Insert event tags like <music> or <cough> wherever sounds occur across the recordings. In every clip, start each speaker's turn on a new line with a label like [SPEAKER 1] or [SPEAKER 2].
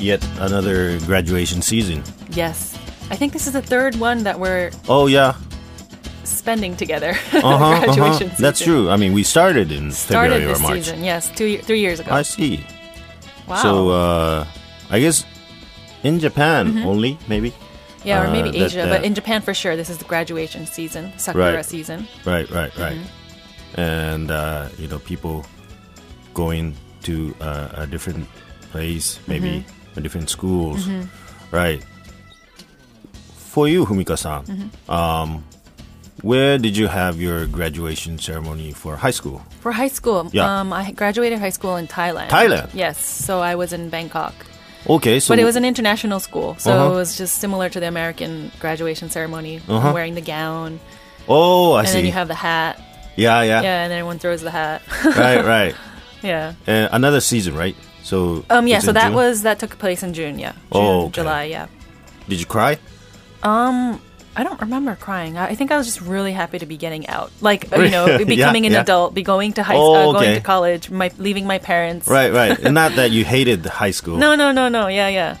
[SPEAKER 1] yet another graduation season.
[SPEAKER 2] Yes. I think this is the third one that we're
[SPEAKER 1] Oh
[SPEAKER 2] <laughs>
[SPEAKER 1] yeah,
[SPEAKER 2] spending together. <laughs>
[SPEAKER 1] uh-huh,
[SPEAKER 2] graduation
[SPEAKER 1] uh-huh.
[SPEAKER 2] season.
[SPEAKER 1] That's true. I mean, we started in
[SPEAKER 2] Started
[SPEAKER 1] February
[SPEAKER 2] this
[SPEAKER 1] or March.
[SPEAKER 2] season, yes, two, ye- three years ago.
[SPEAKER 1] I see.
[SPEAKER 2] wow.
[SPEAKER 1] So uh, I guess in Japan
[SPEAKER 2] Mm-hmm.
[SPEAKER 1] only, maybe.
[SPEAKER 2] yeah, or
[SPEAKER 1] uh,
[SPEAKER 2] maybe
[SPEAKER 1] that-
[SPEAKER 2] Asia,
[SPEAKER 1] that-
[SPEAKER 2] but in Japan for sure, this is the graduation season, Sakura
[SPEAKER 1] Right.
[SPEAKER 2] season.
[SPEAKER 1] Right, right, right.
[SPEAKER 2] Mm-hmm.
[SPEAKER 1] And uh, you know, people going to uh, a different place, maybe
[SPEAKER 2] Mm-hmm.
[SPEAKER 1] a different schools, right? For you, Humika-san,
[SPEAKER 2] Mm-hmm.
[SPEAKER 1] um, where did you have your graduation ceremony for high school?
[SPEAKER 2] For high school,
[SPEAKER 1] Yeah.
[SPEAKER 2] um, I graduated high school in Thailand.
[SPEAKER 1] Thailand?
[SPEAKER 2] Yes, so I was in Bangkok.
[SPEAKER 1] Okay, so
[SPEAKER 2] But it was an international school, so
[SPEAKER 1] Uh-huh.
[SPEAKER 2] it was just similar to the American graduation ceremony.
[SPEAKER 1] Uh-huh.
[SPEAKER 2] Wearing the gown,
[SPEAKER 1] oh, I
[SPEAKER 2] and
[SPEAKER 1] see. Uh-huh.
[SPEAKER 2] then you have the hat.
[SPEAKER 1] yeah, yeah,
[SPEAKER 2] Yeah, and then everyone throws the hat.
[SPEAKER 1] <laughs>
[SPEAKER 2] <laughs>
[SPEAKER 1] right, right.
[SPEAKER 2] yeah.
[SPEAKER 1] Uh, another season, right? So
[SPEAKER 2] Um. Yeah.
[SPEAKER 1] it's
[SPEAKER 2] So
[SPEAKER 1] in
[SPEAKER 2] that
[SPEAKER 1] June?
[SPEAKER 2] was that took place in June. Yeah. June,
[SPEAKER 1] Oh, okay.
[SPEAKER 2] July. Yeah.
[SPEAKER 1] Did you cry?
[SPEAKER 2] I don't remember crying. I, I think I was just really happy to be getting out, like
[SPEAKER 1] <laughs>
[SPEAKER 2] uh, you
[SPEAKER 1] Really?
[SPEAKER 2] know,
[SPEAKER 1] Yeah,
[SPEAKER 2] be becoming an
[SPEAKER 1] yeah.
[SPEAKER 2] adult, be going to high,
[SPEAKER 1] Oh,
[SPEAKER 2] uh,
[SPEAKER 1] okay.
[SPEAKER 2] going to college, my leaving my parents.
[SPEAKER 1] Right, right. And Not that you hated high school.
[SPEAKER 2] <laughs> No, no, no, no. Yeah, yeah.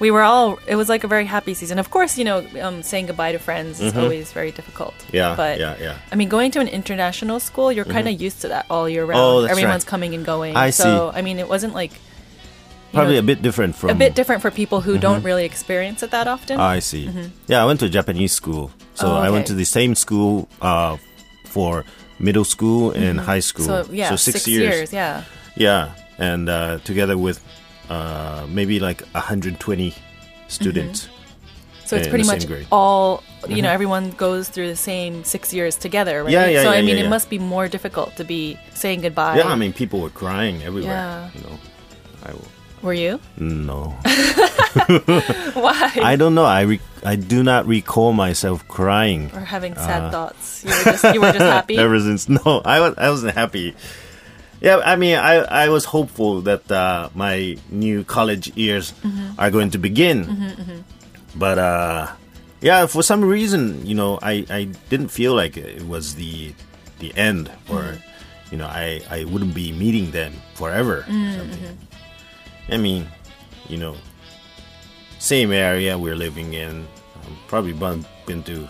[SPEAKER 2] We were all. It was like a very happy season. Of course, you know, um, saying goodbye to friends is always very difficult.
[SPEAKER 1] Mm-hmm. Yeah,
[SPEAKER 2] But
[SPEAKER 1] yeah, yeah.
[SPEAKER 2] I mean, going to an international school, you're kind of used to that all year round.
[SPEAKER 1] Oh, that's
[SPEAKER 2] Everyone's
[SPEAKER 1] right.
[SPEAKER 2] coming and going.
[SPEAKER 1] I
[SPEAKER 2] so, I mean, it wasn't like
[SPEAKER 1] Probably
[SPEAKER 2] know,
[SPEAKER 1] a bit different from Ah,
[SPEAKER 2] a bit different for people who
[SPEAKER 1] Mm-hmm.
[SPEAKER 2] don't really experience it that often.
[SPEAKER 1] I see. Yeah, I went to a Japanese school. So
[SPEAKER 2] Mm-hmm. Oh,
[SPEAKER 1] I went
[SPEAKER 2] okay.
[SPEAKER 1] to the same school uh, for middle school and high school.
[SPEAKER 2] Mm-hmm. so yeah,
[SPEAKER 1] six, years.
[SPEAKER 2] Yeah.
[SPEAKER 1] Yeah, and uh, together with uh, maybe like 120
[SPEAKER 2] Mm-hmm.
[SPEAKER 1] students.
[SPEAKER 2] So it's
[SPEAKER 1] in
[SPEAKER 2] pretty
[SPEAKER 1] the
[SPEAKER 2] much
[SPEAKER 1] same grade. Mm-hmm.
[SPEAKER 2] all you know. Everyone goes through the same six years together, right?
[SPEAKER 1] Yeah, yeah,
[SPEAKER 2] so
[SPEAKER 1] yeah,
[SPEAKER 2] I mean,
[SPEAKER 1] yeah, yeah.
[SPEAKER 2] it must be more difficult to be saying goodbye.
[SPEAKER 1] Yeah, I mean, people were crying everywhere.
[SPEAKER 2] Yeah.
[SPEAKER 1] You know, I will. <laughs>
[SPEAKER 2] were you?
[SPEAKER 1] No,
[SPEAKER 2] Why?
[SPEAKER 1] I don't know. I re- I do not recall myself crying
[SPEAKER 2] or having
[SPEAKER 1] Uh,
[SPEAKER 2] sad thoughts. You were just, you were just
[SPEAKER 1] <laughs>
[SPEAKER 2] happy.
[SPEAKER 1] ever since. No, I was I wasn't happy. Yeah, I mean, I, I was hopeful that uh, my new college years
[SPEAKER 2] Mm-hmm.
[SPEAKER 1] are going to begin, but uh, yeah, for some reason, you know, I, I didn't feel like it was the the end, or
[SPEAKER 2] Mm-hmm.
[SPEAKER 1] you know, I, I wouldn't be meeting them forever. Or something.
[SPEAKER 2] mm-hmm.
[SPEAKER 1] I mean, you know, same area we're living in, um, probably bump into,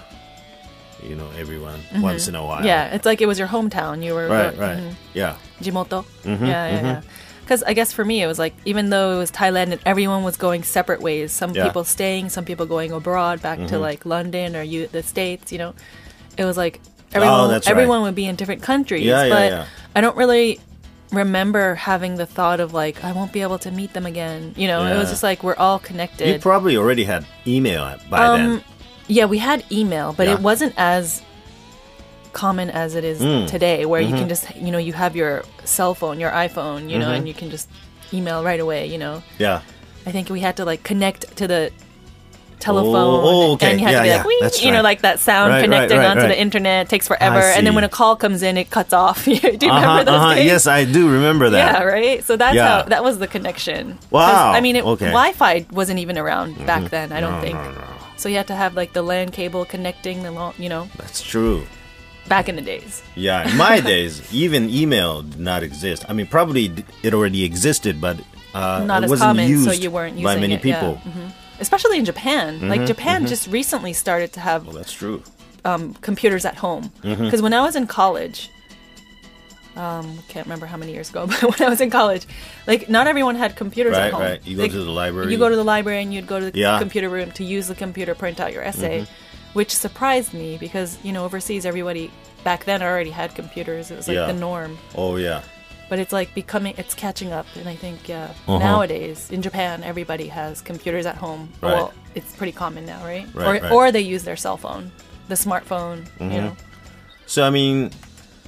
[SPEAKER 1] you know, everyone once in a while.
[SPEAKER 2] Mm-hmm. Yeah, it's like it was your hometown. You were
[SPEAKER 1] Right,
[SPEAKER 2] go-
[SPEAKER 1] right.
[SPEAKER 2] mhm.
[SPEAKER 1] Yeah.
[SPEAKER 2] Jimoto.
[SPEAKER 1] Mm-hmm,
[SPEAKER 2] yeah, yeah, yeah. Because I guess for me, it was like even though it was Thailand and everyone was going separate ways. Some
[SPEAKER 1] Yeah. Mm-hmm.
[SPEAKER 2] people staying, some people going abroad, back to like London or you, the States. You know, it was like everyone.
[SPEAKER 1] Oh, that's right.
[SPEAKER 2] everyone would be in different countries.
[SPEAKER 1] Yeah, yeah,
[SPEAKER 2] but
[SPEAKER 1] yeah.
[SPEAKER 2] I don't really remember having the thought of like I won't be able to meet them again. You know, it was
[SPEAKER 1] Yeah.
[SPEAKER 2] just like we're all
[SPEAKER 1] You
[SPEAKER 2] connected.
[SPEAKER 1] probably already had email at- by
[SPEAKER 2] Um,
[SPEAKER 1] then.
[SPEAKER 2] Yeah, we had email, but
[SPEAKER 1] Yeah. Mm.
[SPEAKER 2] it wasn't as common as it is today, where you can
[SPEAKER 1] Mm-hmm.
[SPEAKER 2] just, you know, you have your cell phone, your iPhone, you know, and you can just email right away, you know.
[SPEAKER 1] Yeah.
[SPEAKER 2] I think we had to like connect to the telephone
[SPEAKER 1] oh, okay.
[SPEAKER 2] and you had
[SPEAKER 1] Yeah,
[SPEAKER 2] to be
[SPEAKER 1] yeah.
[SPEAKER 2] like, "Wing,"
[SPEAKER 1] That's
[SPEAKER 2] you know,
[SPEAKER 1] right.
[SPEAKER 2] like that sound
[SPEAKER 1] Right, right,
[SPEAKER 2] connecting
[SPEAKER 1] right,
[SPEAKER 2] onto
[SPEAKER 1] right.
[SPEAKER 2] the internet takes forever. And then
[SPEAKER 1] see.
[SPEAKER 2] when a call comes in, it cuts off. <laughs> Do you remember
[SPEAKER 1] Uh-huh,
[SPEAKER 2] those
[SPEAKER 1] uh-huh.
[SPEAKER 2] days?
[SPEAKER 1] Yes, I do remember that.
[SPEAKER 2] Yeah, right. So that's
[SPEAKER 1] Yeah.
[SPEAKER 2] how that was the connection. 'Cause,
[SPEAKER 1] Wow.
[SPEAKER 2] I mean, it,
[SPEAKER 1] Okay. Mm-hmm.
[SPEAKER 2] Wi-Fi wasn't even around back then. I
[SPEAKER 1] No,
[SPEAKER 2] don't think.
[SPEAKER 1] no, no.
[SPEAKER 2] So you had to have like the LAN cable connecting the long, you know,
[SPEAKER 1] That's true.
[SPEAKER 2] back in the days.
[SPEAKER 1] Yeah, in
[SPEAKER 2] <laughs>
[SPEAKER 1] my days, even email did not exist. I mean, probably d- it already existed, but uh,
[SPEAKER 2] Not
[SPEAKER 1] it
[SPEAKER 2] as
[SPEAKER 1] wasn't
[SPEAKER 2] common,
[SPEAKER 1] used
[SPEAKER 2] so you weren't using
[SPEAKER 1] by many
[SPEAKER 2] it. yeah.
[SPEAKER 1] people. Mm-hmm,
[SPEAKER 2] Mhm. Especially in Japan. Like Japan just recently started to have
[SPEAKER 1] Well, Oh, that's true.
[SPEAKER 2] um, computers at home. Because
[SPEAKER 1] Mm-hmm.
[SPEAKER 2] when I was in college, um, can't remember how many years ago, <laughs> but when I was in college, like not everyone had computers
[SPEAKER 1] Right,
[SPEAKER 2] at home.
[SPEAKER 1] right. You go
[SPEAKER 2] Like,
[SPEAKER 1] to the library.
[SPEAKER 2] You go to the library and you'd go to the
[SPEAKER 1] Yeah. Mm-hmm.
[SPEAKER 2] computer room to use the computer, print out your essay, which surprised me because you know overseas everybody back then already had computers. It was like
[SPEAKER 1] Yeah.
[SPEAKER 2] the norm,
[SPEAKER 1] Oh yeah,
[SPEAKER 2] but it's like becoming, it's catching up, and I think yeah,
[SPEAKER 1] Uh-huh.
[SPEAKER 2] nowadays in Japan everybody has computers at home.
[SPEAKER 1] Right.
[SPEAKER 2] Well, it's pretty common now, right?
[SPEAKER 1] Right, Mm-hmm.
[SPEAKER 2] or
[SPEAKER 1] right.
[SPEAKER 2] or they use their cell phone, the smartphone, you know.
[SPEAKER 1] So I mean,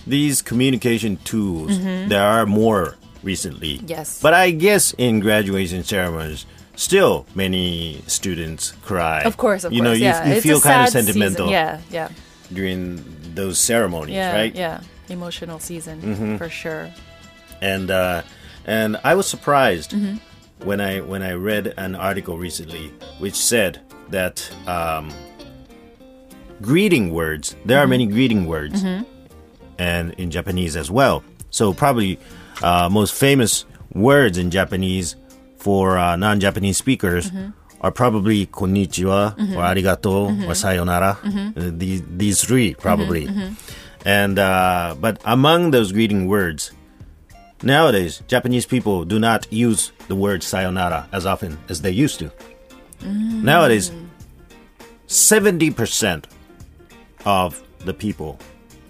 [SPEAKER 1] these communication tools there are more recently.
[SPEAKER 2] Mm-hmm. Yes.
[SPEAKER 1] But I guess in graduation ceremonies, still many students cry.
[SPEAKER 2] Of course, of
[SPEAKER 1] you
[SPEAKER 2] course.
[SPEAKER 1] know, you,
[SPEAKER 2] yeah.
[SPEAKER 1] you
[SPEAKER 2] It's
[SPEAKER 1] feel
[SPEAKER 2] a
[SPEAKER 1] kind of
[SPEAKER 2] sad
[SPEAKER 1] sentimental
[SPEAKER 2] Season. Yeah, yeah,
[SPEAKER 1] during those ceremonies,
[SPEAKER 2] yeah,
[SPEAKER 1] right? Mm-hmm.
[SPEAKER 2] yeah. Emotional season for sure.
[SPEAKER 1] And uh, and I was surprised when I when I read an article recently which said that um, greeting words. There are many greeting words, and in Japanese as well. So probably uh, most famous words in Japanese for uh, non-Japanese speakers are probably konnichiwa or arigato or sayonara. Uh, these these three probably. And uh, but among those greeting words, nowadays Japanese people do not use the word sayonara as often as they used to. Nowadays, seventy percent of the people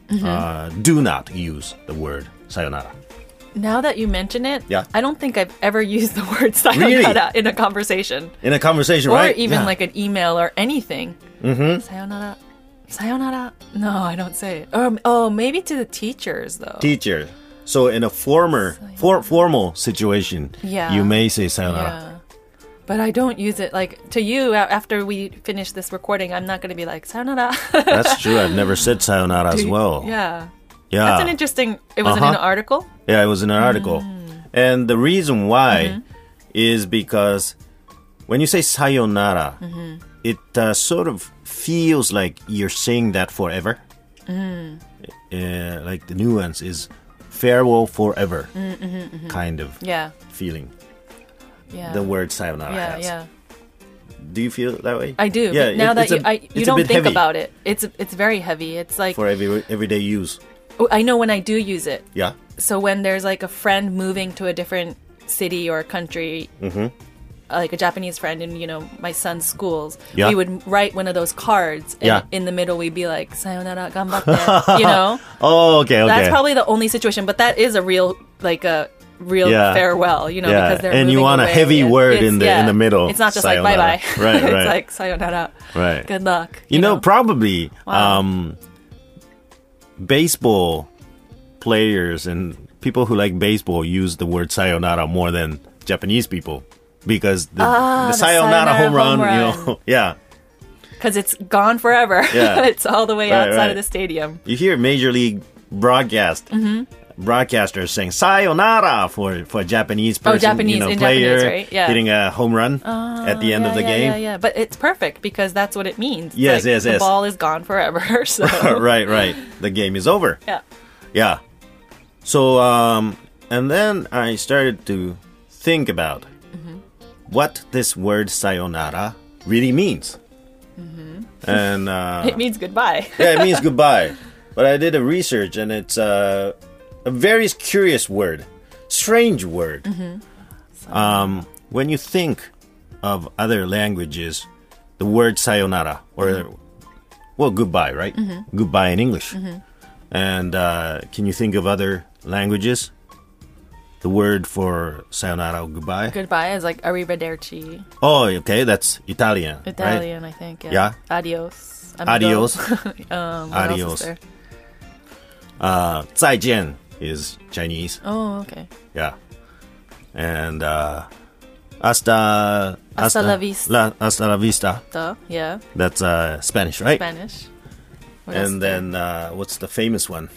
[SPEAKER 2] Mm-hmm.
[SPEAKER 1] uh, do not use the word sayonara.
[SPEAKER 2] Now that you mention it,
[SPEAKER 1] Yeah.
[SPEAKER 2] I don't think I've ever <laughs> used the word sayonara
[SPEAKER 1] Really?
[SPEAKER 2] in a conversation
[SPEAKER 1] in a conversation,
[SPEAKER 2] or
[SPEAKER 1] right?
[SPEAKER 2] even
[SPEAKER 1] Yeah.
[SPEAKER 2] like an email or anything. Mm-hmm. Sayonara. Sayonara. No, I don't say it. Um, oh, maybe to the teachers though.
[SPEAKER 1] teacher. So in a former for, formal situation,
[SPEAKER 2] Yeah.
[SPEAKER 1] you may say sayonara.
[SPEAKER 2] yeah. But I don't use it like to you a- after we finish this recording. I'm not going to be like sayonara. <laughs>
[SPEAKER 1] That's true. I've never said sayonara as well.
[SPEAKER 2] yeah.
[SPEAKER 1] Yeah.
[SPEAKER 2] That's an interesting. It was not in an
[SPEAKER 1] Uh-huh.
[SPEAKER 2] article.
[SPEAKER 1] Yeah, it was in an article.
[SPEAKER 2] Mm.
[SPEAKER 1] And the reason why
[SPEAKER 2] Mm-hmm.
[SPEAKER 1] is because when you say sayonara,
[SPEAKER 2] Mm-hmm.
[SPEAKER 1] it uh, sort of feels like you're saying that forever.
[SPEAKER 2] Mm-hmm.
[SPEAKER 1] Uh, like the nuance is farewell forever kind of
[SPEAKER 2] Mm-hmm, Yeah.
[SPEAKER 1] feeling
[SPEAKER 2] Yeah.
[SPEAKER 1] the word sayonara
[SPEAKER 2] yeah.
[SPEAKER 1] has.
[SPEAKER 2] Yeah.
[SPEAKER 1] Do you feel that way?
[SPEAKER 2] I do.
[SPEAKER 1] Yeah,
[SPEAKER 2] but now
[SPEAKER 1] it-
[SPEAKER 2] that
[SPEAKER 1] it's a-
[SPEAKER 2] you, I,
[SPEAKER 1] it's
[SPEAKER 2] you
[SPEAKER 1] a
[SPEAKER 2] don't
[SPEAKER 1] bit
[SPEAKER 2] think
[SPEAKER 1] heavy.
[SPEAKER 2] about it, it's it's very heavy. It's like
[SPEAKER 1] for every everyday use.
[SPEAKER 2] oh, I know when I do use it.
[SPEAKER 1] Yeah.
[SPEAKER 2] So when there's like a friend moving to a different city or country,
[SPEAKER 1] Mm-hmm.
[SPEAKER 2] like a Japanese friend in you know my son's schools,
[SPEAKER 1] Yeah.
[SPEAKER 2] we would write one of those cards. And
[SPEAKER 1] Yeah.
[SPEAKER 2] In the middle, we'd be like "Sayonara, ganbatte,"
[SPEAKER 1] <laughs>
[SPEAKER 2] you know.
[SPEAKER 1] Oh, okay, okay.
[SPEAKER 2] That's probably the only situation, but that is a real like a real
[SPEAKER 1] Yeah.
[SPEAKER 2] farewell, you know,
[SPEAKER 1] Yeah,
[SPEAKER 2] because they're
[SPEAKER 1] and you
[SPEAKER 2] moving
[SPEAKER 1] want a
[SPEAKER 2] away,
[SPEAKER 1] heavy
[SPEAKER 2] and
[SPEAKER 1] word
[SPEAKER 2] it's-
[SPEAKER 1] in the- in
[SPEAKER 2] yeah,
[SPEAKER 1] the middle,
[SPEAKER 2] It's not just like
[SPEAKER 1] sayonara.
[SPEAKER 2] bye bye,
[SPEAKER 1] Right, right.
[SPEAKER 2] <laughs> it's like sayonara,
[SPEAKER 1] right.
[SPEAKER 2] good luck.
[SPEAKER 1] You, know, probably
[SPEAKER 2] Wow.
[SPEAKER 1] um, baseball players and people who like baseball use the word sayonara more than Japanese people because the, the,
[SPEAKER 2] Ah, the
[SPEAKER 1] sayonara,
[SPEAKER 2] sayonara
[SPEAKER 1] home run,
[SPEAKER 2] home
[SPEAKER 1] you know, <laughs> yeah.
[SPEAKER 2] because it's gone forever. <laughs>
[SPEAKER 1] Yeah.
[SPEAKER 2] it's all the way
[SPEAKER 1] Right,
[SPEAKER 2] outside
[SPEAKER 1] right.
[SPEAKER 2] of the stadium.
[SPEAKER 1] You hear major league broadcast
[SPEAKER 2] Mm-hmm.
[SPEAKER 1] broadcasters saying sayonara for for a Japanese person,
[SPEAKER 2] Oh, Japanese,
[SPEAKER 1] you know,
[SPEAKER 2] in
[SPEAKER 1] player
[SPEAKER 2] Japanese, right? Yeah.
[SPEAKER 1] hitting a home run at the end
[SPEAKER 2] yeah,
[SPEAKER 1] of the
[SPEAKER 2] yeah,
[SPEAKER 1] game.
[SPEAKER 2] Yeah, yeah, but it's perfect because that's what it means. It's
[SPEAKER 1] Yes, yes, yes.
[SPEAKER 2] the ball is gone forever. <laughs> So
[SPEAKER 1] <laughs> right, right. The game is over.
[SPEAKER 2] yeah,
[SPEAKER 1] Yeah. So, um, and then I started to think about what this word sayonara really means. And uh,
[SPEAKER 2] it means
[SPEAKER 1] <laughs>
[SPEAKER 2] goodbye.
[SPEAKER 1] yeah, it means goodbye. But I did a research and it's uh, a very curious word, strange word. Um, when you think of other languages, the word sayonara or well goodbye, right? Goodbye in English. And uh, can you think of other languages? The word for sayonara or goodbye?
[SPEAKER 2] goodbye is like arrivederci,
[SPEAKER 1] Oh, okay, that's Italian. right?
[SPEAKER 2] Italian, I think. Yeah.
[SPEAKER 1] Yeah.
[SPEAKER 2] Adios. amigo.
[SPEAKER 1] Adios.
[SPEAKER 2] um, what else is
[SPEAKER 1] Adios.
[SPEAKER 2] there?
[SPEAKER 1] Uh, 再见 is Chinese.
[SPEAKER 2] Oh, okay.
[SPEAKER 1] Yeah. And uh hasta
[SPEAKER 2] Hasta la vista.
[SPEAKER 1] la- hasta la vista.
[SPEAKER 2] Duh. Yeah.
[SPEAKER 1] That's uh Spanish, right?
[SPEAKER 2] Spanish. What else is
[SPEAKER 1] And
[SPEAKER 2] there?
[SPEAKER 1] then uh what's the famous one?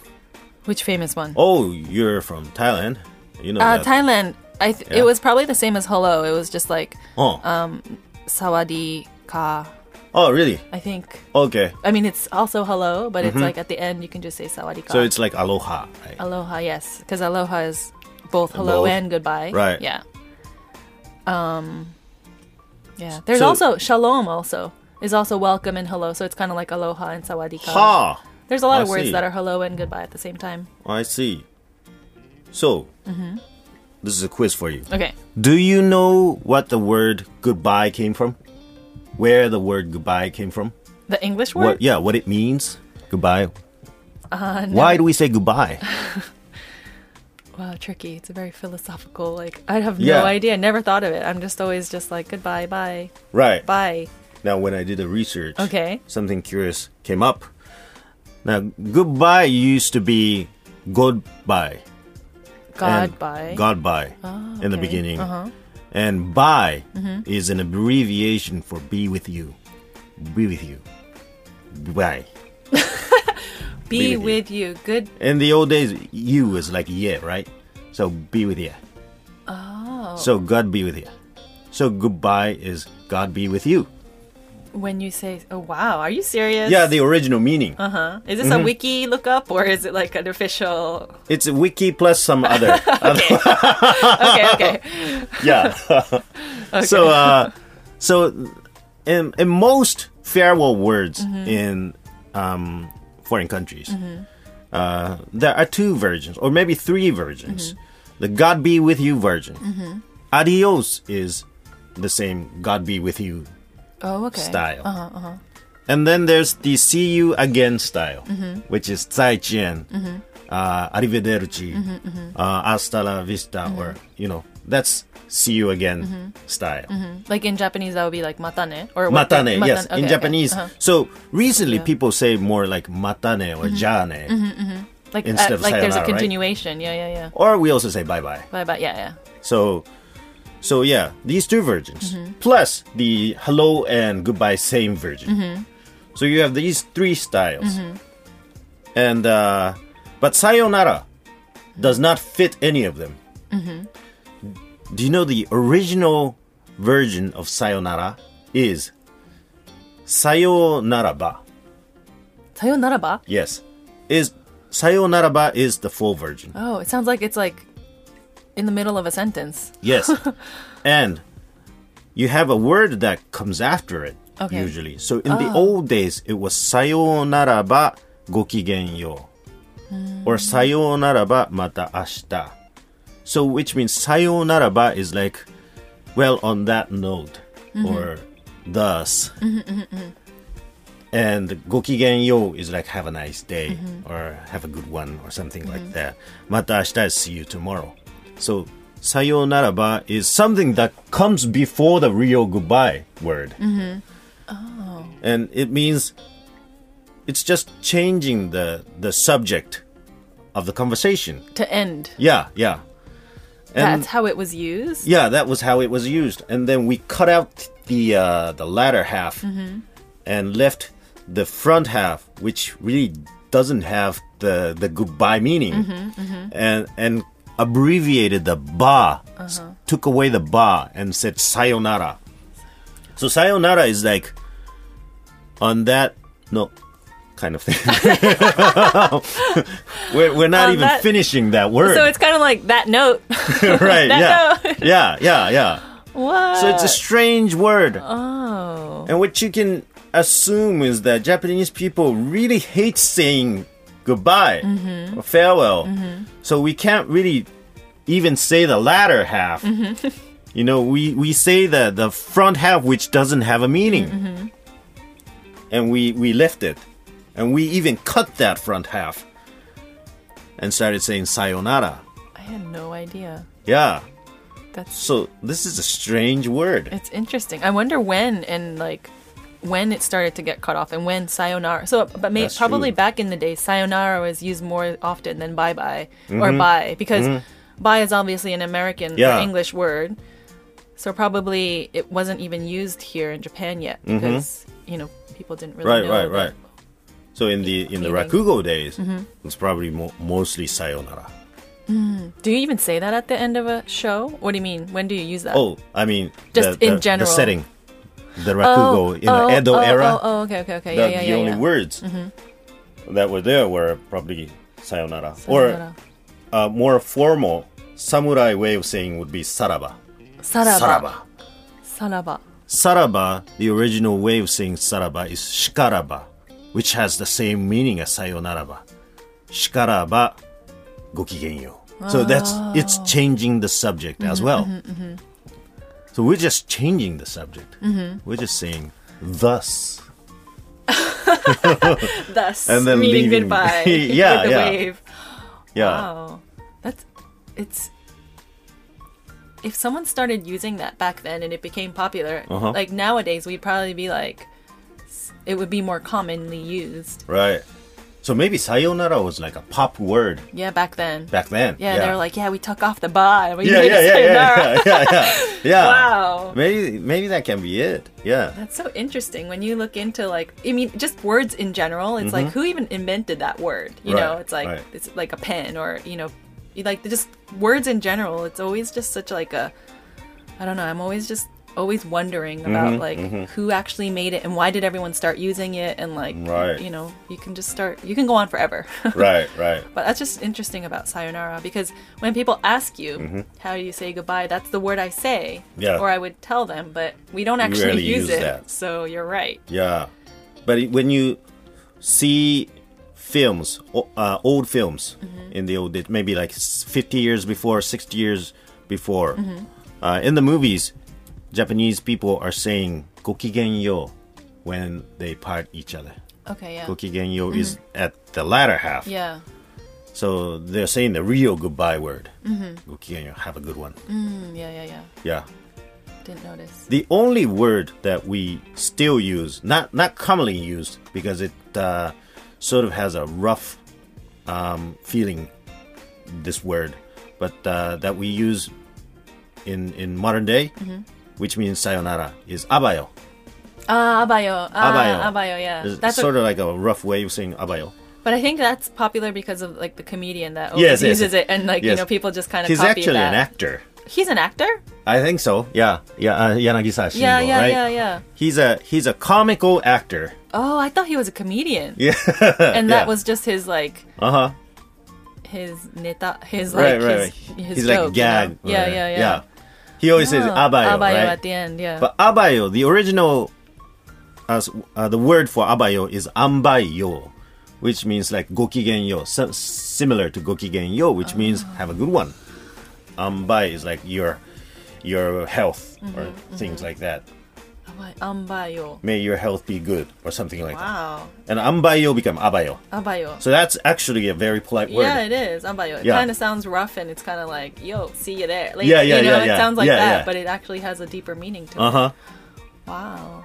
[SPEAKER 2] which famous one?
[SPEAKER 1] Oh, you're from Thailand. You know
[SPEAKER 2] uh,
[SPEAKER 1] that.
[SPEAKER 2] Thailand. I th-
[SPEAKER 1] Yeah.
[SPEAKER 2] it was probably the same as hello. It was just like
[SPEAKER 1] oh.
[SPEAKER 2] uh, sawadi ka.
[SPEAKER 1] oh, really?
[SPEAKER 2] I think.
[SPEAKER 1] Okay.
[SPEAKER 2] I mean, it's also hello, but it's like at the end you can just say sawadee ka.
[SPEAKER 1] Mm-hmm. So it's like aloha, right?
[SPEAKER 2] Aloha, yes, because aloha is both hello
[SPEAKER 1] both.
[SPEAKER 2] and goodbye.
[SPEAKER 1] Right.
[SPEAKER 2] Yeah. Um. Yeah. There's
[SPEAKER 1] So-
[SPEAKER 2] also shalom. Also is also welcome and hello. So it's kind of like aloha and sawadee ka.
[SPEAKER 1] ha.
[SPEAKER 2] There's a lot
[SPEAKER 1] I
[SPEAKER 2] of words
[SPEAKER 1] see.
[SPEAKER 2] that are hello and goodbye at the same time.
[SPEAKER 1] I see. So,
[SPEAKER 2] Mm-hmm.
[SPEAKER 1] this is a quiz for you.
[SPEAKER 2] Okay.
[SPEAKER 1] Do you know what the word goodbye came from? Where the word goodbye came from?
[SPEAKER 2] The English word.
[SPEAKER 1] What yeah, what it means? Goodbye.
[SPEAKER 2] Uh, no.
[SPEAKER 1] Why do we say goodbye?
[SPEAKER 2] Wow, tricky. It's a very philosophical. Like I have
[SPEAKER 1] Yeah.
[SPEAKER 2] no idea. I never thought of it. I'm just always just like goodbye, bye,
[SPEAKER 1] Right.
[SPEAKER 2] bye.
[SPEAKER 1] Now, when I did the research,
[SPEAKER 2] Okay.
[SPEAKER 1] something curious came up. Now, goodbye used to be goodbye. and
[SPEAKER 2] Godbye. Ah,
[SPEAKER 1] Godbye in the
[SPEAKER 2] okay. Uh-huh. Mm-hmm.
[SPEAKER 1] beginning. And bye is an abbreviation for be with you. Be with you. Bye.
[SPEAKER 2] be
[SPEAKER 1] be with
[SPEAKER 2] with you. Good.
[SPEAKER 1] In the old days, you was like yeah, right? So be with you. Oh. So God be with you. So goodbye is God be with you.
[SPEAKER 2] When you say, "Oh wow, are you serious?"
[SPEAKER 1] Yeah, Mm-hmm. the original meaning.
[SPEAKER 2] uh-huh. Is this a wiki lookup or is it like an
[SPEAKER 1] <laughs>
[SPEAKER 2] official?
[SPEAKER 1] It's a wiki plus some other. other
[SPEAKER 2] Okay, okay.
[SPEAKER 1] yeah. <laughs> So, uh, so in, in most farewell words in um, foreign countries, uh, there are two versions, or maybe three versions. The God be with you version. Adios is the same God be with you
[SPEAKER 2] oh, okay. uh-huh.
[SPEAKER 1] style. And then there's the see you again style,
[SPEAKER 2] Mm-hmm.
[SPEAKER 1] which is zaijian, uh, arrivederci,
[SPEAKER 2] Mm-hmm,
[SPEAKER 1] uh, hasta la vista, or, you know, that's see you again
[SPEAKER 2] Mm-hmm.
[SPEAKER 1] style.
[SPEAKER 2] Like in Japanese, that would be like matane or what-
[SPEAKER 1] Matane, yes,
[SPEAKER 2] okay,
[SPEAKER 1] in
[SPEAKER 2] okay.
[SPEAKER 1] Japanese.
[SPEAKER 2] Uh-huh.
[SPEAKER 1] So recently people say more like matane
[SPEAKER 2] Mm-hmm.
[SPEAKER 1] or jane,
[SPEAKER 2] Like
[SPEAKER 1] instead
[SPEAKER 2] uh,
[SPEAKER 1] of
[SPEAKER 2] like there's
[SPEAKER 1] sayonara,
[SPEAKER 2] a
[SPEAKER 1] right?
[SPEAKER 2] continuation. Yeah, yeah, yeah.
[SPEAKER 1] or we also say bye bye.
[SPEAKER 2] Bye bye. Yeah, yeah.
[SPEAKER 1] So, so yeah, these two versions plus the hello and goodbye same version. So you have these three styles, and uh, but sayonara does not fit any of them. Do you know the original version of sayonara is sayonaraba?
[SPEAKER 2] Sayonaraba.
[SPEAKER 1] Yes, is sayonaraba is the full version.
[SPEAKER 2] Oh, it sounds like it's like in the middle of a sentence.
[SPEAKER 1] Yes. and you have a word that comes after it
[SPEAKER 2] Okay.
[SPEAKER 1] usually. So in the old days it was sayonaraba gokigenyo or sayonaraba mata ashita. So which means sayonaraba is like well on that note or thus. And gokigenyo is like have a nice day or have a good one or something like that. Mata ashita is see you tomorrow. So sayonaraba is something that comes before the real goodbye word. And it means it's just changing the the subject of the conversation.
[SPEAKER 2] To end.
[SPEAKER 1] Yeah, yeah. And
[SPEAKER 2] That's how it was used.
[SPEAKER 1] yeah, that was how it was used. And then we cut out the uh, the latter half
[SPEAKER 2] Mm-hmm.
[SPEAKER 1] and left the front half, which really doesn't have the the goodbye meaning,
[SPEAKER 2] Mm-hmm,
[SPEAKER 1] and and abbreviated the ba, s-
[SPEAKER 2] Uh-huh.
[SPEAKER 1] took away the ba and said sayonara. So sayonara is like on that no kind of thing. <laughs> we're, we're not
[SPEAKER 2] On
[SPEAKER 1] even
[SPEAKER 2] that-
[SPEAKER 1] finishing that word.
[SPEAKER 2] So it's kind of like that note.
[SPEAKER 1] <laughs>
[SPEAKER 2] <laughs>
[SPEAKER 1] right?
[SPEAKER 2] that
[SPEAKER 1] yeah. yeah, yeah, yeah.
[SPEAKER 2] what?
[SPEAKER 1] So it's a strange word.
[SPEAKER 2] Uh, oh.
[SPEAKER 1] And what you can assume is that Japanese people really hate saying goodbye
[SPEAKER 2] Mm-hmm.
[SPEAKER 1] or farewell. So we can't really even say the latter half.
[SPEAKER 2] Mm-hmm.
[SPEAKER 1] you know, we, we say the, the front half, which doesn't have a meaning.
[SPEAKER 2] Mm-hmm.
[SPEAKER 1] And we, we left it. And we even cut that front half and started saying sayonara.
[SPEAKER 2] I had no idea.
[SPEAKER 1] Yeah.
[SPEAKER 2] That's
[SPEAKER 1] So this is a strange word.
[SPEAKER 2] it's interesting. I wonder when and like when it started to get cut off and when sayonara. So, uh, but may,
[SPEAKER 1] That's
[SPEAKER 2] probably
[SPEAKER 1] true.
[SPEAKER 2] back in the day, sayonara was used more often than bye bye or bye because bye is obviously an American or
[SPEAKER 1] Mm-hmm. Yeah.
[SPEAKER 2] English word. So probably it wasn't even used here in Japan yet because you know people didn't really
[SPEAKER 1] Mm-hmm. right
[SPEAKER 2] know Mm-hmm.
[SPEAKER 1] right
[SPEAKER 2] that-
[SPEAKER 1] right so in the in the
[SPEAKER 2] Meaning.
[SPEAKER 1] rakugo days it's probably mo- mostly sayonara
[SPEAKER 2] Do you even say that at the end of a show? What do you mean? When do you use that?
[SPEAKER 1] oh i mean
[SPEAKER 2] Just
[SPEAKER 1] the,
[SPEAKER 2] in
[SPEAKER 1] the,
[SPEAKER 2] general.
[SPEAKER 1] the setting the rakugo in
[SPEAKER 2] oh,
[SPEAKER 1] the edo
[SPEAKER 2] oh,
[SPEAKER 1] era
[SPEAKER 2] Oh, oh, okay, okay, okay.
[SPEAKER 1] the,
[SPEAKER 2] yeah, yeah,
[SPEAKER 1] the
[SPEAKER 2] yeah.
[SPEAKER 1] only
[SPEAKER 2] yeah. Mm-hmm.
[SPEAKER 1] words that were there were probably sayonara,
[SPEAKER 2] Sayonara.
[SPEAKER 1] or a more formal samurai way of saying would be saraba
[SPEAKER 2] Saraba.
[SPEAKER 1] saraba
[SPEAKER 2] Saraba.
[SPEAKER 1] saraba the original way of saying saraba is shikaraba which has the same meaning as sayonaraba shikaraba gokigenyo
[SPEAKER 2] Ah.
[SPEAKER 1] so that's it's changing the subject as
[SPEAKER 2] Mm-hmm,
[SPEAKER 1] well so we're just changing the subject
[SPEAKER 2] Mm-hmm.
[SPEAKER 1] we're just saying thus
[SPEAKER 2] Thus,
[SPEAKER 1] And then
[SPEAKER 2] meaning
[SPEAKER 1] leaving. <laughs>
[SPEAKER 2] goodbye.
[SPEAKER 1] Yeah,
[SPEAKER 2] with the
[SPEAKER 1] yeah.
[SPEAKER 2] wave.
[SPEAKER 1] yeah
[SPEAKER 2] Wow. That's. It's. If someone started using that back then and it became popular,
[SPEAKER 1] Uh-huh.
[SPEAKER 2] like nowadays, we'd probably be like, s- it would be more commonly used.
[SPEAKER 1] right so maybe sayonara was like a pop word
[SPEAKER 2] Yeah, back then.
[SPEAKER 1] back then
[SPEAKER 2] yeah, they were like, yeah, we took off the bar and we
[SPEAKER 1] yeah
[SPEAKER 2] made
[SPEAKER 1] yeah
[SPEAKER 2] it
[SPEAKER 1] yeah yeah
[SPEAKER 2] sayonara.
[SPEAKER 1] yeah yeah, yeah, yeah.
[SPEAKER 2] <laughs> Wow.
[SPEAKER 1] maybe maybe that can be it yeah
[SPEAKER 2] That's so interesting when you look into like I mean just words in general. It's like who even invented that word? You know,
[SPEAKER 1] Mm-hmm. Right,
[SPEAKER 2] it's like
[SPEAKER 1] right.
[SPEAKER 2] it's like a pen or you know, you like just words in general. It's always just such like a I don't know. I'm always just always wondering about
[SPEAKER 1] Mm-hmm,
[SPEAKER 2] like who actually made it and why did everyone start using it and like
[SPEAKER 1] Right.
[SPEAKER 2] you know you can just start you can go on forever <laughs>
[SPEAKER 1] right, right.
[SPEAKER 2] But that's just interesting about sayonara because when people ask you how do you say goodbye, that's the word I say,
[SPEAKER 1] Mm-hmm. Yeah.
[SPEAKER 2] or I would tell them, but we don't actually
[SPEAKER 1] rarely
[SPEAKER 2] use,
[SPEAKER 1] use
[SPEAKER 2] it.
[SPEAKER 1] that.
[SPEAKER 2] So you're right.
[SPEAKER 1] Yeah, but it- when you see films, o- uh, old films in the old days, maybe like s- fifty years before, sixty years before, uh, in the movies, Japanese people are saying "gokigenyo" when they part each other.
[SPEAKER 2] Okay, yeah,
[SPEAKER 1] "Gokigenyo" is at the latter half,
[SPEAKER 2] yeah,
[SPEAKER 1] so they're saying the real goodbye word. "Gokigenyo," have a good one.
[SPEAKER 2] Mm, yeah, yeah, yeah.
[SPEAKER 1] Yeah.
[SPEAKER 2] Didn't notice.
[SPEAKER 1] the only word that we still use, not not commonly used, because it uh, sort of has a rough um, feeling. This word, but uh, that we use in in modern day,
[SPEAKER 2] Mm-hmm.
[SPEAKER 1] which means sayonara, is abayo.
[SPEAKER 2] Ah, abayo, ah,
[SPEAKER 1] Abayo.
[SPEAKER 2] abayo, yeah.
[SPEAKER 1] It's
[SPEAKER 2] That's
[SPEAKER 1] sort
[SPEAKER 2] what,
[SPEAKER 1] of like a rough way of saying abayo.
[SPEAKER 2] but I think that's popular because of like the comedian that always
[SPEAKER 1] Yes, yes.
[SPEAKER 2] uses it, and like you
[SPEAKER 1] Yes.
[SPEAKER 2] know people just kind of
[SPEAKER 1] He's
[SPEAKER 2] copy
[SPEAKER 1] actually an
[SPEAKER 2] that.
[SPEAKER 1] actor.
[SPEAKER 2] He's an actor.
[SPEAKER 1] I think so. Yeah, yeah. Uh, Yanagisa Shingo,
[SPEAKER 2] Yeah, yeah,
[SPEAKER 1] right?
[SPEAKER 2] yeah, yeah.
[SPEAKER 1] He's a he's a comical actor. <laughs>
[SPEAKER 2] Oh, I thought he was a comedian. Yeah, and that
[SPEAKER 1] yeah.
[SPEAKER 2] was just his like
[SPEAKER 1] Uh huh.
[SPEAKER 2] his neta, his
[SPEAKER 1] right,
[SPEAKER 2] like
[SPEAKER 1] right, right.
[SPEAKER 2] his, his
[SPEAKER 1] He's like
[SPEAKER 2] joke,
[SPEAKER 1] gag.
[SPEAKER 2] You know? yeah,
[SPEAKER 1] right?
[SPEAKER 2] yeah, yeah,
[SPEAKER 1] He always says
[SPEAKER 2] Oh,
[SPEAKER 1] abayo, right?
[SPEAKER 2] at the end, yeah.
[SPEAKER 1] but abayo, the original, as uh, the word for abayo is ambayo, which means like gokigenyo, so, similar to gokigenyo, which
[SPEAKER 2] Ah.
[SPEAKER 1] means have a good one. Ambai is like your your health or
[SPEAKER 2] Mm-hmm,
[SPEAKER 1] things like that.
[SPEAKER 2] Abay- ambayo.
[SPEAKER 1] May your health be good or something like
[SPEAKER 2] Wow.
[SPEAKER 1] that. And ambayo become abayo.
[SPEAKER 2] Ambayo.
[SPEAKER 1] So that's actually a very polite word.
[SPEAKER 2] yeah, it is. Ambayo. It
[SPEAKER 1] Yeah.
[SPEAKER 2] kind of sounds rough and it's kind of like, yo, see you there. Like,
[SPEAKER 1] Yeah, yeah,
[SPEAKER 2] you know,
[SPEAKER 1] yeah,
[SPEAKER 2] It
[SPEAKER 1] yeah.
[SPEAKER 2] sounds like
[SPEAKER 1] Yeah,
[SPEAKER 2] that,
[SPEAKER 1] yeah.
[SPEAKER 2] but it actually has a deeper meaning to
[SPEAKER 1] Uh huh.
[SPEAKER 2] it. Wow.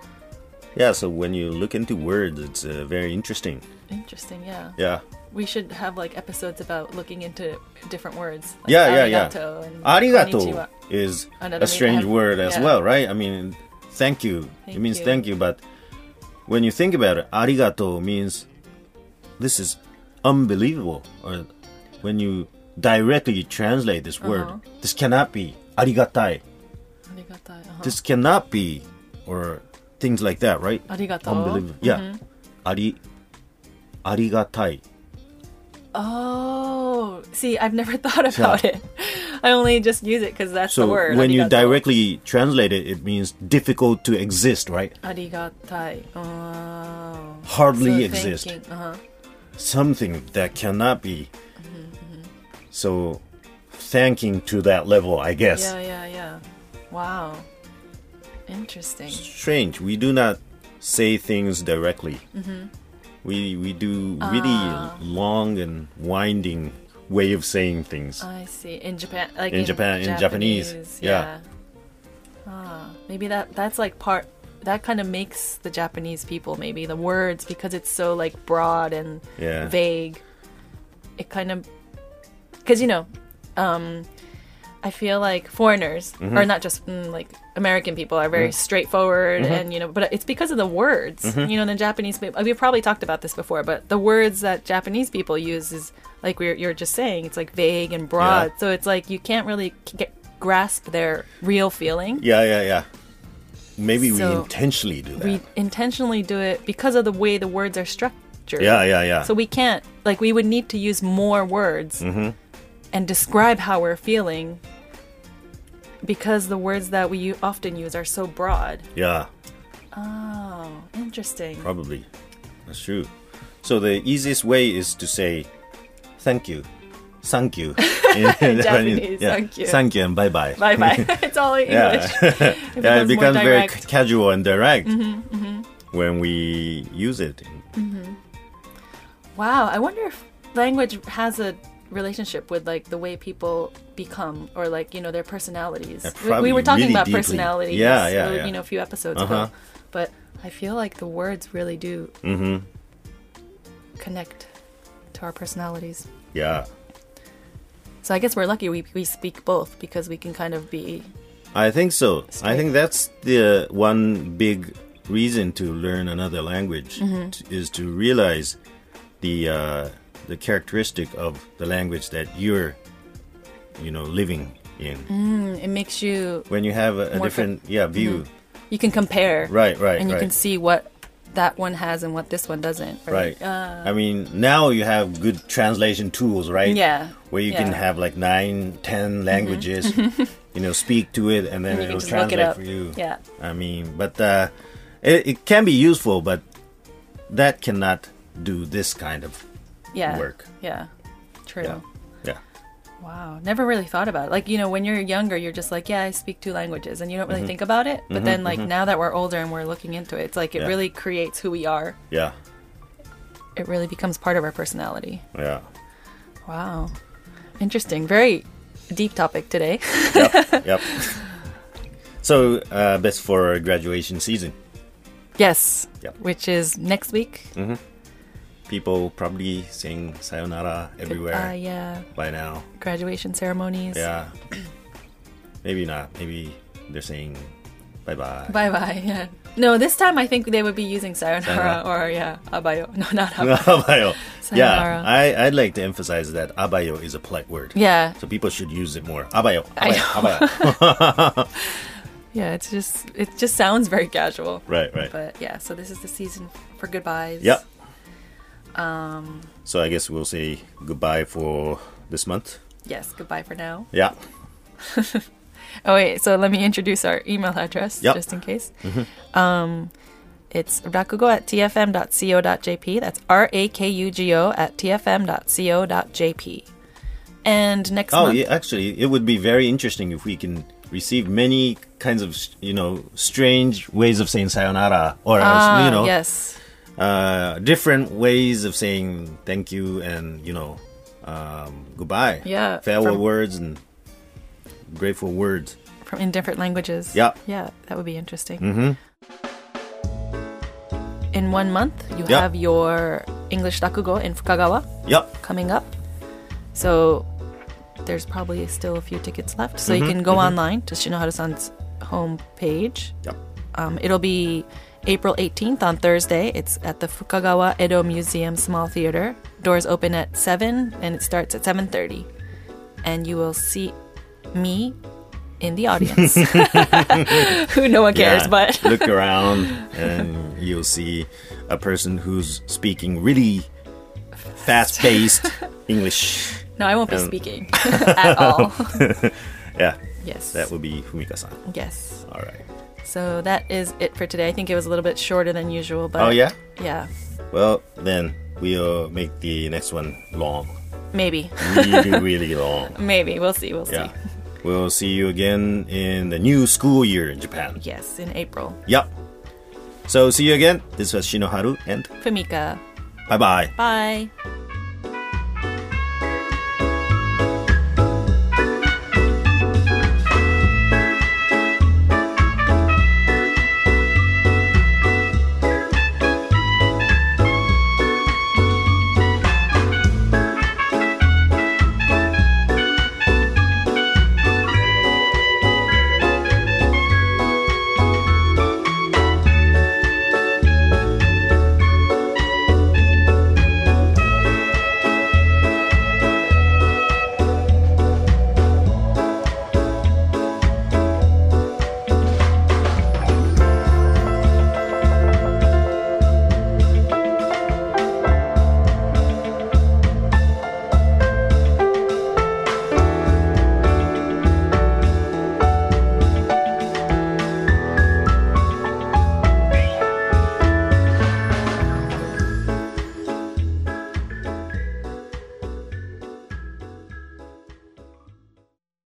[SPEAKER 1] Yeah. So when you look into words, it's uh, very interesting.
[SPEAKER 2] Interesting, yeah.
[SPEAKER 1] Yeah.
[SPEAKER 2] We should have like episodes about looking into different words. Like
[SPEAKER 1] yeah, yeah,
[SPEAKER 2] arigato and
[SPEAKER 1] yeah. Arigato
[SPEAKER 2] konnichiwa.
[SPEAKER 1] is
[SPEAKER 2] Another
[SPEAKER 1] a strange
[SPEAKER 2] meaning.
[SPEAKER 1] word as
[SPEAKER 2] Yeah.
[SPEAKER 1] well, right? I mean, thank you.
[SPEAKER 2] Thank
[SPEAKER 1] it means
[SPEAKER 2] you.
[SPEAKER 1] thank you, but when you think about it, arigato means this is unbelievable. Or when you directly translate this word,
[SPEAKER 2] Uh-huh.
[SPEAKER 1] this cannot be arigatai.
[SPEAKER 2] Arigatai, uh-huh.
[SPEAKER 1] This cannot be, or things like that, right?
[SPEAKER 2] Arigato. Mm-hmm.
[SPEAKER 1] Unbelievable. Yeah. Ari, arigatai.
[SPEAKER 2] Oh, see, I've never <laughs> thought about it. I only just use it because that's
[SPEAKER 1] So
[SPEAKER 2] the word.
[SPEAKER 1] when you
[SPEAKER 2] arigato.
[SPEAKER 1] directly translate it, it means difficult to exist, right?
[SPEAKER 2] Arigatai. Oh.
[SPEAKER 1] Hardly
[SPEAKER 2] So
[SPEAKER 1] exist.
[SPEAKER 2] thinking, uh-huh.
[SPEAKER 1] something that cannot be. So, thanking to that level, I guess.
[SPEAKER 2] Yeah, yeah, yeah. Wow. Interesting.
[SPEAKER 1] Strange. We do not say things directly.
[SPEAKER 2] Mm-hmm.
[SPEAKER 1] We we do really
[SPEAKER 2] Ah.
[SPEAKER 1] long and winding way of saying things.
[SPEAKER 2] I see. In Japan, like
[SPEAKER 1] In Japan- in Japanese, yeah.
[SPEAKER 2] Ah, maybe that that's like part that kind of makes the Japanese people maybe the words because it's so like broad and
[SPEAKER 1] Yeah.
[SPEAKER 2] vague. It kind of because you know, um, I feel like foreigners or not just mm, like American people are very straightforward and you know, but it's because of the words. You know, the Japanese people. We've probably talked about this before, but the words that Japanese people use is like we we're you're just saying it's like vague and broad.
[SPEAKER 1] Yeah.
[SPEAKER 2] So it's like you can't really c- get grasp their real feeling.
[SPEAKER 1] yeah, yeah, yeah. Maybe we
[SPEAKER 2] So-
[SPEAKER 1] intentionally do that.
[SPEAKER 2] We intentionally do it because of the way the words are structured.
[SPEAKER 1] yeah, yeah, yeah.
[SPEAKER 2] So we can't, like, we would need to use more words
[SPEAKER 1] Mm-hmm.
[SPEAKER 2] and describe how we're feeling because the words that we u- often use are so broad.
[SPEAKER 1] yeah,
[SPEAKER 2] Oh, interesting. <laughs>
[SPEAKER 1] probably. That's true. So the easiest way is to say thank you. Thank
[SPEAKER 2] <laughs>
[SPEAKER 1] you. <laughs> In
[SPEAKER 2] Japanese, thank you.
[SPEAKER 1] Thank you and bye bye.
[SPEAKER 2] Bye
[SPEAKER 1] <laughs>
[SPEAKER 2] bye. <laughs> it's all English. <laughs> It
[SPEAKER 1] yeah, it
[SPEAKER 2] becomes
[SPEAKER 1] becomes
[SPEAKER 2] more
[SPEAKER 1] very
[SPEAKER 2] direct. Mm-hmm,
[SPEAKER 1] ca- casual and direct when we use it.
[SPEAKER 2] Wow, I wonder if language has a relationship with like the way people become or like you know their personalities.
[SPEAKER 1] Yeah,
[SPEAKER 2] We- we,
[SPEAKER 1] probably
[SPEAKER 2] were talking
[SPEAKER 1] really
[SPEAKER 2] about
[SPEAKER 1] deeply.
[SPEAKER 2] personalities,
[SPEAKER 1] Yeah, yeah,
[SPEAKER 2] uh,
[SPEAKER 1] yeah.
[SPEAKER 2] you know, a few episodes
[SPEAKER 1] Uh-huh.
[SPEAKER 2] ago. But I feel like the words really do
[SPEAKER 1] Mm-hmm.
[SPEAKER 2] connect to our personalities.
[SPEAKER 1] Yeah,
[SPEAKER 2] So I guess we're lucky we we speak both because we can kind of be
[SPEAKER 1] I think so. I
[SPEAKER 2] Straight.
[SPEAKER 1] think that's the one big reason to learn another language
[SPEAKER 2] Mm-hmm.
[SPEAKER 1] t- is to realize the uh, the characteristic of the language that you're, you know, living in
[SPEAKER 2] It makes you
[SPEAKER 1] when you have a, a
[SPEAKER 2] Mm-hmm. More
[SPEAKER 1] different yeah view.
[SPEAKER 2] you can compare,
[SPEAKER 1] Right, right,
[SPEAKER 2] and you
[SPEAKER 1] right.
[SPEAKER 2] can see what that one has and what this one doesn't.
[SPEAKER 1] Right.
[SPEAKER 2] Uh,
[SPEAKER 1] I mean, now you have good translation tools, right?
[SPEAKER 2] Yeah,
[SPEAKER 1] Where you can
[SPEAKER 2] yeah. Mm-hmm.
[SPEAKER 1] have like nine, ten
[SPEAKER 2] <laughs>
[SPEAKER 1] languages, you know, speak to it, and then
[SPEAKER 2] you
[SPEAKER 1] it'll
[SPEAKER 2] can just look
[SPEAKER 1] translate
[SPEAKER 2] it up.
[SPEAKER 1] for you.
[SPEAKER 2] Yeah.
[SPEAKER 1] I mean, but uh, it, it can be useful, but that cannot do this kind of.
[SPEAKER 2] yeah.
[SPEAKER 1] work.
[SPEAKER 2] Yeah. True.
[SPEAKER 1] Yeah. Yeah.
[SPEAKER 2] Wow, never really thought about it. Like, you know, when you're younger, you're just like, yeah, I speak two languages, and you don't
[SPEAKER 1] Mm-hmm.
[SPEAKER 2] really think about it. But then, like, now that we're older and we're looking into it, it's like it
[SPEAKER 1] Yeah.
[SPEAKER 2] really creates who we are.
[SPEAKER 1] Yeah.
[SPEAKER 2] It really becomes part of our personality.
[SPEAKER 1] Yeah.
[SPEAKER 2] Wow. Interesting. Very deep topic today.
[SPEAKER 1] yep. <laughs> Yep. So, uh, best for graduation season.
[SPEAKER 2] yes.
[SPEAKER 1] Yep.
[SPEAKER 2] Which is next week.
[SPEAKER 1] People probably sing sayonara everywhere
[SPEAKER 2] Uh, yeah.
[SPEAKER 1] by now.
[SPEAKER 2] Graduation ceremonies.
[SPEAKER 1] Yeah. <clears throat> Maybe not. Maybe they're saying bye bye.
[SPEAKER 2] Bye bye. Yeah. No, this time I think they would be using
[SPEAKER 1] Sayonara.
[SPEAKER 2] sayonara or, yeah, abayo. <laughs> No, not abayo.
[SPEAKER 1] <laughs> abayo.
[SPEAKER 2] Sayonara.
[SPEAKER 1] Yeah, I, I'd like to emphasize that abayo is a polite word.
[SPEAKER 2] Yeah.
[SPEAKER 1] So people should use it more. Abayo.
[SPEAKER 2] I
[SPEAKER 1] Abayo.
[SPEAKER 2] <laughs>
[SPEAKER 1] abayo.
[SPEAKER 2] Yeah, it's just, it just sounds very casual.
[SPEAKER 1] right, right.
[SPEAKER 2] But yeah, so this is the season for goodbyes.
[SPEAKER 1] Yep. Um,
[SPEAKER 2] Um,
[SPEAKER 1] so I guess we'll say goodbye for this month.
[SPEAKER 2] Yes, goodbye for now.
[SPEAKER 1] Yeah.
[SPEAKER 2] Oh wait, so let me introduce our email address
[SPEAKER 1] Yep. Mm-hmm.
[SPEAKER 2] just in case. Um, it's rakugo at tfm.co.jp. That's R A K U G O at tfm.co.jp. And next
[SPEAKER 1] Oh,
[SPEAKER 2] month,
[SPEAKER 1] yeah, actually, it would be very interesting if we can receive many kinds of, you know, strange ways of saying sayonara or, else,
[SPEAKER 2] Ah,
[SPEAKER 1] you know,
[SPEAKER 2] yes,
[SPEAKER 1] uh, different ways of saying thank you and you know um, goodbye.
[SPEAKER 2] Yeah,
[SPEAKER 1] farewell
[SPEAKER 2] from-
[SPEAKER 1] words and grateful words.
[SPEAKER 2] from in different languages.
[SPEAKER 1] Yep.
[SPEAKER 2] yeah, that would be interesting.
[SPEAKER 1] Mm-hmm.
[SPEAKER 2] In one month, you
[SPEAKER 1] Yep.
[SPEAKER 2] have your English rakugo in Fukagawa.
[SPEAKER 1] Yep.
[SPEAKER 2] coming up. So there's probably still a few tickets left. So
[SPEAKER 1] Mm-hmm,
[SPEAKER 2] you can go online to Shinoharu-san's homepage.
[SPEAKER 1] Yep.
[SPEAKER 2] Um, it'll be April 18th on Thursday. It's at the Fukagawa Edo Museum Small Theater. Doors open at 7 and it starts at 7.30. And you will see me in the
[SPEAKER 1] <laughs>
[SPEAKER 2] audience. <laughs> Who no one cares,
[SPEAKER 1] Yeah,
[SPEAKER 2] but <laughs>
[SPEAKER 1] look around and you'll see a person who's speaking really fast-paced
[SPEAKER 2] <laughs>
[SPEAKER 1] English.
[SPEAKER 2] no, I won't be
[SPEAKER 1] Um,
[SPEAKER 2] speaking <laughs> at
[SPEAKER 1] <laughs>
[SPEAKER 2] all.
[SPEAKER 1] Yeah,
[SPEAKER 2] yes.
[SPEAKER 1] that would be Fumika-san.
[SPEAKER 2] yes.
[SPEAKER 1] All right.
[SPEAKER 2] So that is it for today. I think it was a little bit shorter than usual, but
[SPEAKER 1] Oh yeah.
[SPEAKER 2] yeah,
[SPEAKER 1] Well, then we'll make the next one long,
[SPEAKER 2] maybe, <laughs>
[SPEAKER 1] really, really long.
[SPEAKER 2] maybe we'll see, we'll
[SPEAKER 1] Yeah.
[SPEAKER 2] see.
[SPEAKER 1] We'll see you again in the new school year in Japan.
[SPEAKER 2] Yes, in April,
[SPEAKER 1] Yep. So see you again. This was Shinoharu and
[SPEAKER 2] Famika.
[SPEAKER 1] bye bye.
[SPEAKER 2] Bye.